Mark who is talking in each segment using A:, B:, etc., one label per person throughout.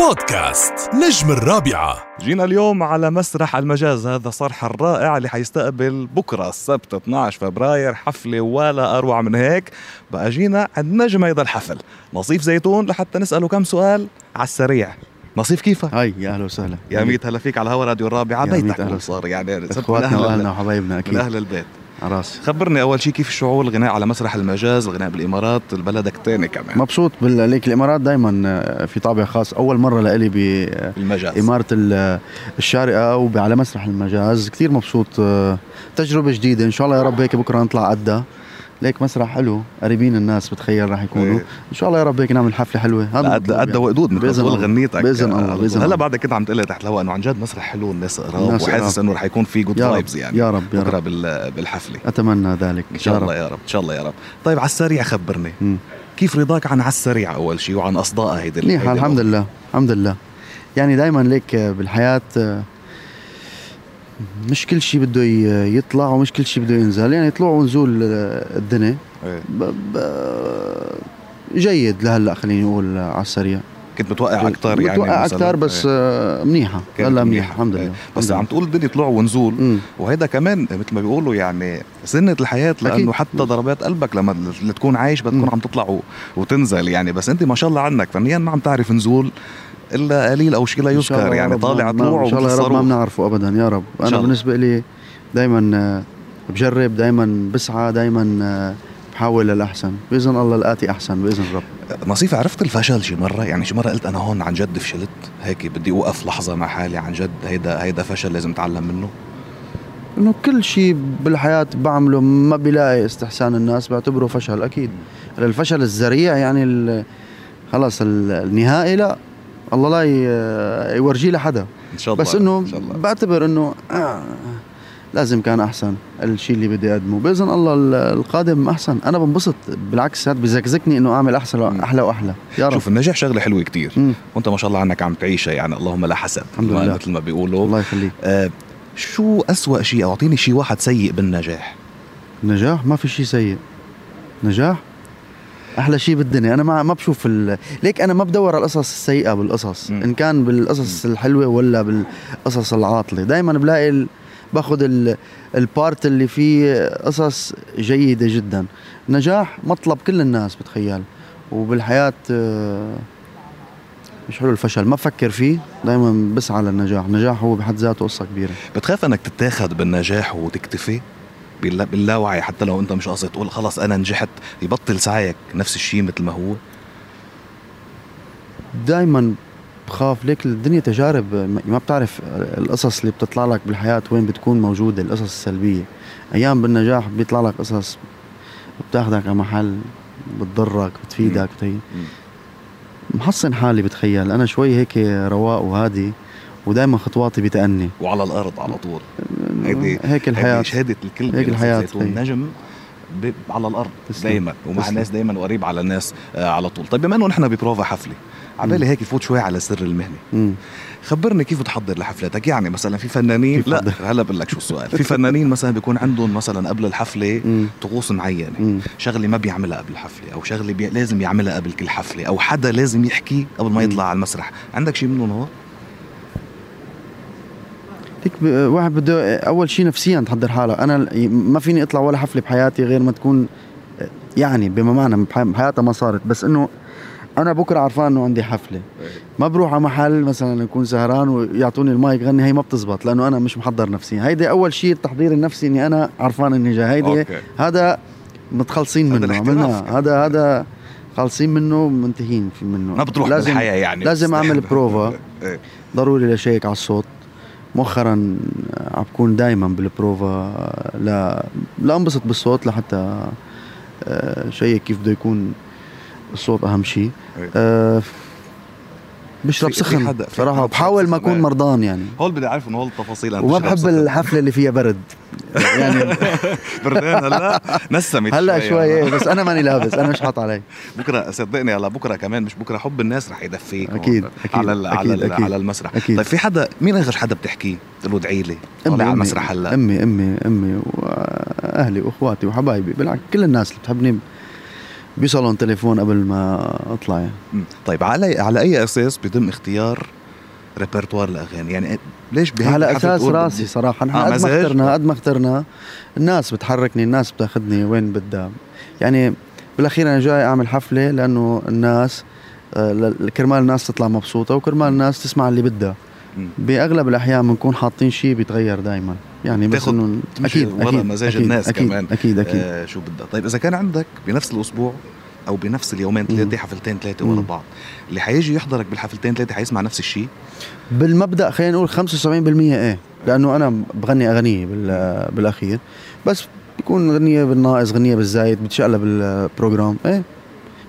A: بودكاست نجم الرابعة
B: جينا اليوم على مسرح المجاز هذا صرح الرائع اللي حيستقبل بكرة السبت 12 فبراير حفلة ولا أروع من هيك بقى جينا عند نجم هيدا الحفل نصيف زيتون لحتى نسأله كم سؤال على السريع نصيف كيفك؟
C: هاي يا اهلا وسهلا
B: يا ميت هلا فيك على هوا راديو الرابعة
C: يا
B: بيتك
C: ميت أهلا.
B: هلا صار يعني صرت من
C: اخواتنا
B: أهل-
C: واهلنا وحبايبنا
B: من
C: اكيد
B: أهل البيت
C: على راسي
B: خبرني أول شيء كيف شعور الغناء على مسرح المجاز الغناء بالإمارات بلدك تاني كمان
C: مبسوط بالليك الامارات دائما آه، في طابع خاص اول مره لإلي
B: المجاز
C: باماره ال- آه، الشارقه وعلى مسرح المجاز كثير مبسوط آه، تجربه جديده ان شاء الله يا رب هيك بكره نطلع قدها ليك مسرح حلو قريبين الناس بتخيل راح يكونوا
B: إيه.
C: ان شاء الله يا رب هيك نعمل حفله حلوه هذا يعني.
B: قد قد
C: مطلوب
B: وقدود مثل ما
C: بإذن
B: تقول
C: الله.
B: غنيتك
C: بإذن الله،
B: آه،
C: بإذن
B: هلا
C: الله.
B: بعد كده عم تقول لي تحت الهواء انه عن جد مسرح حلو الناس قراب
C: الناس
B: وحاسس
C: قراب.
B: انه رح يكون في جود
C: يا رب،
B: فايبز يعني
C: يا رب، يا
B: بكره
C: رب.
B: بال- بالحفله
C: يعني. اتمنى ذلك
B: ان
C: يا
B: شاء
C: رب.
B: الله يا رب ان شاء الله يا رب طيب على السريع خبرني
C: مم.
B: كيف رضاك عن على السريع اول شيء وعن اصدائها هيدي ال-
C: منيحة
B: هيدي
C: الحمد
B: الأغنية؟
C: لله الحمد لله يعني دائما ليك بالحياة مش كل شيء بده ي- يطلع ومش كل شيء بده ينزل يعني طلوع ونزول الدنيا
B: إيه.
C: ب- ب- جيد لهلا خليني اقول على السريع
B: كنت متوقع اكثر يعني
C: متوقع
B: مثلاً.
C: اكثر بس
B: إيه.
C: منيحة
B: كانت
C: هلا منيحة الحمد
B: إيه.
C: لله
B: بس
C: الحمد
B: عم
C: لله.
B: تقول الدنيا طلوع ونزول
C: مم.
B: وهيدا كمان مثل ما بيقولوا يعني سنة الحياة لأنه
C: أكيد.
B: حتى ضربات قلبك لما ل- تكون عايش بتكون
C: مم.
B: عم تطلع و- وتنزل يعني بس أنت ما شاء الله عنك فنيا ما عم تعرف نزول إلا قليل أو شيء لا
C: إن شاء الله
B: يذكر
C: يا
B: يعني
C: رب
B: طالع
C: ما- ما-
B: طلوع
C: ان شاء الله يا رب نعم، ما
B: وبتصاروخ.
C: بنعرفه ابدا يا رب
B: شاء
C: انا
B: الله.
C: بالنسبه لي دائما بجرب دائما بسعى دائما بحاول للاحسن باذن الله الاتي احسن باذن رب
B: نصيف عرفت الفشل شي مرة يعني شي مرة قلت أنا هون عن جد فشلت هيك بدي أوقف لحظة مع حالي عن جد هيدا هيدا فشل لازم أتعلم منه
C: انه كل شيء بالحياه بعمله ما بلاقي استحسان الناس بعتبره فشل اكيد الفشل الذريع يعني ال- خلص ال- النهائي لا الله لا ي- يورجيه لحدا
B: إن شاء الله
C: بس انه
B: إن شاء الله
C: بعتبر انه آه لازم كان احسن الشيء اللي بدي اقدمه باذن الله ال- القادم احسن انا بنبسط بالعكس هذا بزكزكني انه اعمل احسن
B: مم.
C: احلى واحلى يا رب
B: شوف النجاح شغلة حلوة كتير
C: مم.
B: وانت ما شاء الله عنك عم تعيشها يعني اللهم لا حسد
C: الحمد
B: ما-
C: لله.
B: مثل ما بيقولوا
C: الله يخليك
B: آه، شو أسوأ شيء أو أعطيني شيء واحد سيء بالنجاح
C: نجاح ما في شيء سيء نجاح احلى شيء بالدنيا انا ما ما بشوف ال... ليك انا ما بدور على القصص السيئه بالقصص
B: مم.
C: ان كان بالقصص الحلوه ولا بالقصص العاطله دائما بلاقي ال... باخذ ال... البارت اللي فيه قصص جيده جدا نجاح مطلب كل الناس بتخيل وبالحياه آه، مش حلو الفشل ما بفكر فيه دائما بسعى للنجاح النجاح هو بحد ذاته قصه كبيره
B: بتخاف أنك تتاخد بالنجاح وتكتفي باللا- باللاوعي حتى لو أنت مش قاصد تقول خلص أنا نجحت يبطل سعيك نفس الشيء مثل ما هو
C: دائما بخاف ليك الدنيا تجارب ما- ما بتعرف القصص اللي بتطلع لك بالحياة وين بتكون موجودة القصص السلبية أيام بالنجاح بيطلع لك قصص بتاخدك على محل بتضرك بتفيدك بتهي
B: مم.
C: محصن حالي بتخيل أنا شوي هيك رواق وهادي ودائما خطواتي بتأني
B: وعلى الأرض على طول هيدي-
C: هيك الحياة
B: هيدي شهادة الكل
C: هيك الحياة، هي.
B: النجم ب- على الارض
C: تسلم.
B: دائما ومع
C: تسلم.
B: ناس دائما قريب على الناس آه على طول طيب بما انه نحن ببروفا حفله عبالي هيك يفوت شوي على سر المهنه
C: مم.
B: خبرني كيف بتحضر لحفلاتك يعني مثلا في فنانين
C: كيف
B: لا
C: بحضر؟
B: هلا بقول لك شو السؤال في فنانين مثلا بيكون عندهم مثلا قبل الحفله
C: مم.
B: طقوس معينه
C: مم.
B: شغله ما بيعملها قبل الحفله او شغله بي... لازم يعملها قبل كل حفله او حدا لازم يحكي قبل ما
C: مم.
B: يطلع على المسرح عندك شيء منهم هو
C: ليك ب- واحد بده اول شيء نفسيا تحضر حالها انا ال- ما فيني اطلع ولا حفله بحياتي غير ما تكون يعني بما معنى بح- بحياتها ما صارت بس انه انا بكره عرفان انه عندي حفله ما بروح على محل مثلا اكون سهران ويعطوني المايك غني هي ما بتزبط لانه انا مش محضر نفسي هيدي اول شيء التحضير النفسي اني انا عرفان اني جاي هيدي
B: أوكي.
C: هذا متخلصين
B: هذا
C: منه
B: الاحتراف
C: عملناه هذا هذا خالصين منه منتهين في منه
B: ما بتروح
C: لازم
B: بالحياه يعني
C: لازم أعمل بروفا.
B: إيه.
C: ضروري لشيك على الصوت مؤخرا آه، عم بكون دائما بالبروفا آه، لا لانبسط بالصوت لحتى آه، شيك كيف بده يكون الصوت اهم شيء
B: إيه.
C: آه، بشرب
B: في- في
C: سخن
B: حدا- في حدا
C: صراحه
B: بشرب
C: بحاول ما
B: سخن، إيه.
C: اكون مرضان يعني
B: هول بدي اعرف انه هول التفاصيل أنا
C: وما
B: بشرب
C: بحب
B: سكر.
C: الحفله اللي فيها برد يعني
B: بردان هلا نسمت
C: هلا شوي
B: أنا.
C: إيه، بس انا ماني لابس انا مش حاط علي
B: بكره صدقني هلا بكره كمان مش بكره حب الناس رح يدفيك
C: أكيد،
B: هون
C: أكيد،
B: على ال- على
C: أكيد،
B: ال-
C: أكيد.
B: على المسرح
C: أكيد.
B: طيب في حدا مين اخر حدا بتحكيه بتقول له ادعي لي طالع على المسرح هلا
C: امي امي امي واهلي واخواتي وحبايبي بالعكس كل الناس اللي بتحبني بيصلون تليفون قبل ما اطلع يعني.
B: مم. طيب على على اي اساس بيتم اختيار ريبرتوار الاغاني يعني ليش بهيك
C: على
B: الحفل
C: اساس
B: تقول
C: راسي صراحه نحن
B: آه،
C: قد ما
B: مزاج؟
C: اخترنا قد ما اخترنا الناس بتحركني الناس بتاخذني وين بدها يعني بالاخير انا جاي اعمل حفله لانه الناس آه، ل- كرمال الناس تطلع مبسوطه وكرمال الناس تسمع اللي بدها
B: مم.
C: باغلب الاحيان بنكون حاطين شيء بيتغير دائما يعني بس
B: بتاخد-
C: انه
B: تمشي ورا مزاج الناس
C: أكيد
B: كمان.
C: اكيد اكيد
B: آه شو بدها طيب اذا كان عندك بنفس الاسبوع او بنفس اليومين
C: مم.
B: ثلاثه حفلتين ثلاثه ورا
C: مم.
B: بعض اللي حيجي يحضرك بالحفلتين ثلاثه حيسمع نفس الشيء
C: بالمبدا خلينا نقول 75% ايه لانه انا بغني اغنيه بال- بالاخير بس بيكون غنيه بالناقص غنيه بالزايد بتشقلب البروجرام ايه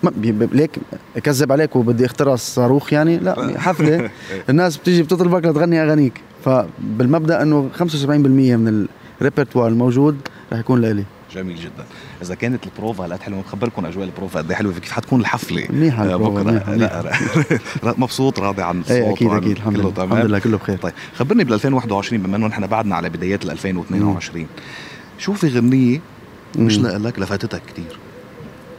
C: ما بي- بي- ليك اكذب عليك وبدي اخترع صاروخ يعني لا حفله الناس بتيجي بتطلبك لتغني اغانيك فبالمبدا انه 75% من الريبرتوار الموجود رح يكون لإلي
B: جميل جدا اذا كانت البروفا هلا حلوه بخبركم اجواء البروفا قد إيه حلوه كيف حتكون الحفله
C: منيحه
B: آه،
C: البروفا،
B: بكره
C: منيحة، منيحة.
B: لا لا، مبسوط راضي عن الصوت
C: ايه اكيد
B: وعن
C: اكيد الحمد
B: كله
C: لله
B: تمام
C: الحمد لله كله بخير
B: طيب خبرني بال 2021 بما انه نحن بعدنا على بدايات ال 2022 شو في غنيه مش
C: مم.
B: لك لفاتتك كثير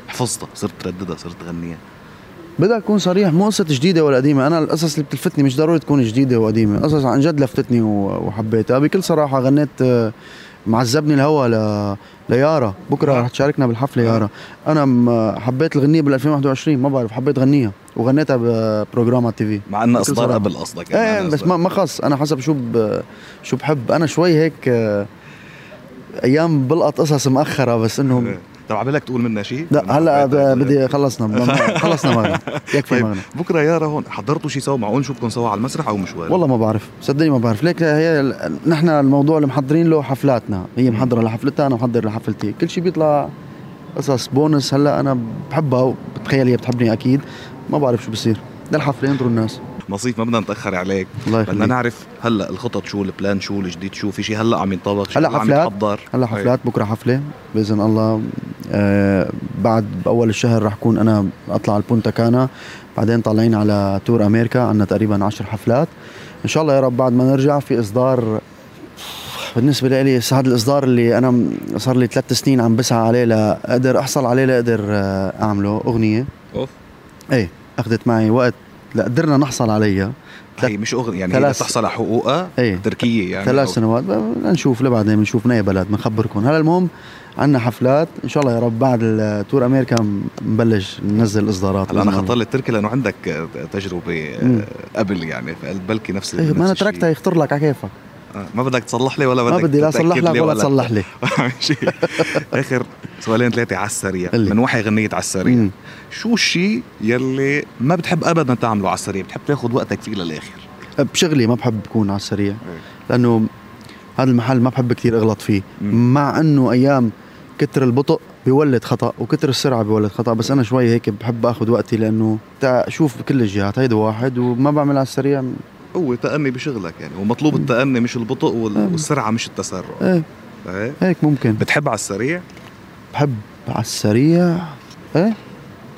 B: حفظتها صرت ترددها صرت تغنيها
C: بدي اكون صريح مو قصه جديده ولا قديمه انا القصص اللي بتلفتني مش ضروري تكون جديده وقديمه قصص عن جد لفتتني و- وحبيتها بكل صراحه غنيت آه، معذبني الهوى ل... ليارا
B: آه.
C: بكره رح تشاركنا بالحفله يارا انا م- حبيت الغنيه بال 2021 ما بعرف حبيت غنيها وغنيتها ببروجرام على التي في
B: مع انها
C: بكل
B: اصدار
C: صراحة.
B: قبل قصدك يعني
C: ايه
B: أنا
C: بس
B: أصدار.
C: ما ما خص انا حسب شو ب... شو بحب انا شوي هيك آه، ايام بلقط قصص مأخرة بس انه
B: إيه. طب عبالك تقول منا شيء
C: لا هلا
B: حبيت-
C: ب- بدي خلصنا ما- خلصنا مغنى يكفي
B: طيب
C: مغنى
B: بكره يارا هون حضرتوا شيء سوا معقول نشوفكم سوا على المسرح او مشوار
C: والله ما بعرف صدقني ما بعرف ليك هي ال- نحن الموضوع اللي محضرين له حفلاتنا هي محضره لحفلتها انا محضر لحفلتي كل شيء بيطلع قصص بونس هلا انا بحبها وبتخيل هي بتحبني اكيد ما بعرف شو بصير للحفله ينظروا الناس
B: نصيف ما بدنا نتاخر عليك
C: الله
B: بدنا
C: يخليك
B: نعرف هلا الخطط شو البلان شو الجديد شو في شيء هلا عم ينطبق شي
C: هلأ
B: عم
C: حفلات؟
B: يتحضر إيه.
C: هلا حفلات بكره حفله باذن الله آه بعد باول الشهر رح كون انا اطلع على البونتا كانا بعدين طالعين على تور امريكا عندنا تقريبا عشر حفلات ان شاء الله يا رب بعد ما نرجع في اصدار بالنسبه لي هذا الاصدار اللي انا م- صار لي ثلاث سنين عم بسعى عليه لاقدر احصل عليه لاقدر آه، اعمله اغنيه
B: اوف
C: ايه اخذت معي وقت لقدرنا نحصل عليها
B: هي مش اغنيه يعني هي
C: ثلاث-
B: تحصل على حقوقها
C: ايه
B: تركيه يعني
C: ثلاث
B: أو-
C: سنوات ب- نشوف لبعدين بنشوف ناي بلد بنخبركم هلا المهم عنا حفلات ان شاء الله يا رب بعد التور امريكا م- نبلش ننزل اصدارات
B: هلا انا
C: بإذن الله.
B: خطر لي التركي لانه عندك آه، تجربه آه،
C: مم.
B: قبل يعني فقلت بلكي نفس
C: إيه
B: نفس
C: ما انا
B: الشيء.
C: تركتها يخطر لك على كيفك
B: آه، ما بدك تصلح لي ولا بدك
C: ما بدي لا
B: تتأكد
C: اصلح لك
B: لي
C: ولا تصلح لي
B: شيء. اخر سؤالين ثلاثه على السريع
C: قل لي.
B: من وحي غنيه على السريع
C: مم.
B: شو الشيء يلي ما بتحب ابدا تعمله على السريع بتحب تاخذ وقتك فيه للاخر
C: بشغلي ما بحب اكون على السريع
B: إيه.
C: لانه هذا المحل ما بحب كثير اغلط فيه
B: مم.
C: مع انه ايام كتر البطء بيولد خطا وكتر السرعه بيولد خطا بس انا شوي هيك بحب اخذ وقتي لانه تا شوف كل الجهات هيدا واحد وما بعمل على السريع
B: هو تأني بشغلك يعني ومطلوب التأني مش البطء وال-
C: آه.
B: والسرعة مش التسرع
C: ايه
B: إيه؟
C: هيك ممكن
B: بتحب على السريع
C: بحب على السريع ايه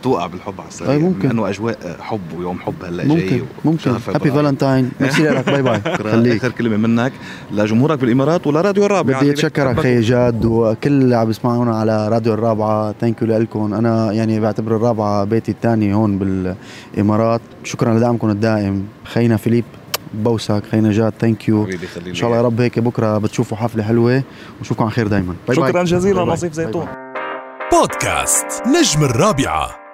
B: بتوقع بالحب على السريع
C: أي آه، ممكن.
B: لأنه أجواء حب ويوم حب هلا جاي
C: ممكن
B: و-
C: ممكن
B: شهر
C: هابي
B: فبراير.
C: فالنتاين ميرسي لك باي باي
B: بكرة
C: خليك
B: آخر كلمة منك لجمهورك بالإمارات ولراديو الرابعة
C: بدي
B: اللي
C: اتشكرك
B: بحبك.
C: خي جاد وكل اللي عم يسمعونا على راديو الرابعه ثانك يو لكم انا يعني بعتبر الرابعه بيتي الثاني هون بالامارات شكرا لدعمكم الدائم خينا فيليب بوسك خينا جاد ثانك يو
B: حبيبي خليني
C: ان شاء الله يا رب هيك بكره بتشوفوا حفله حلوه ونشوفكم على خير دائما
B: شكرا جزيلا
C: باي باي.
B: نصيف
C: باي باي.
B: زيتون
A: بودكاست نجم الرابعه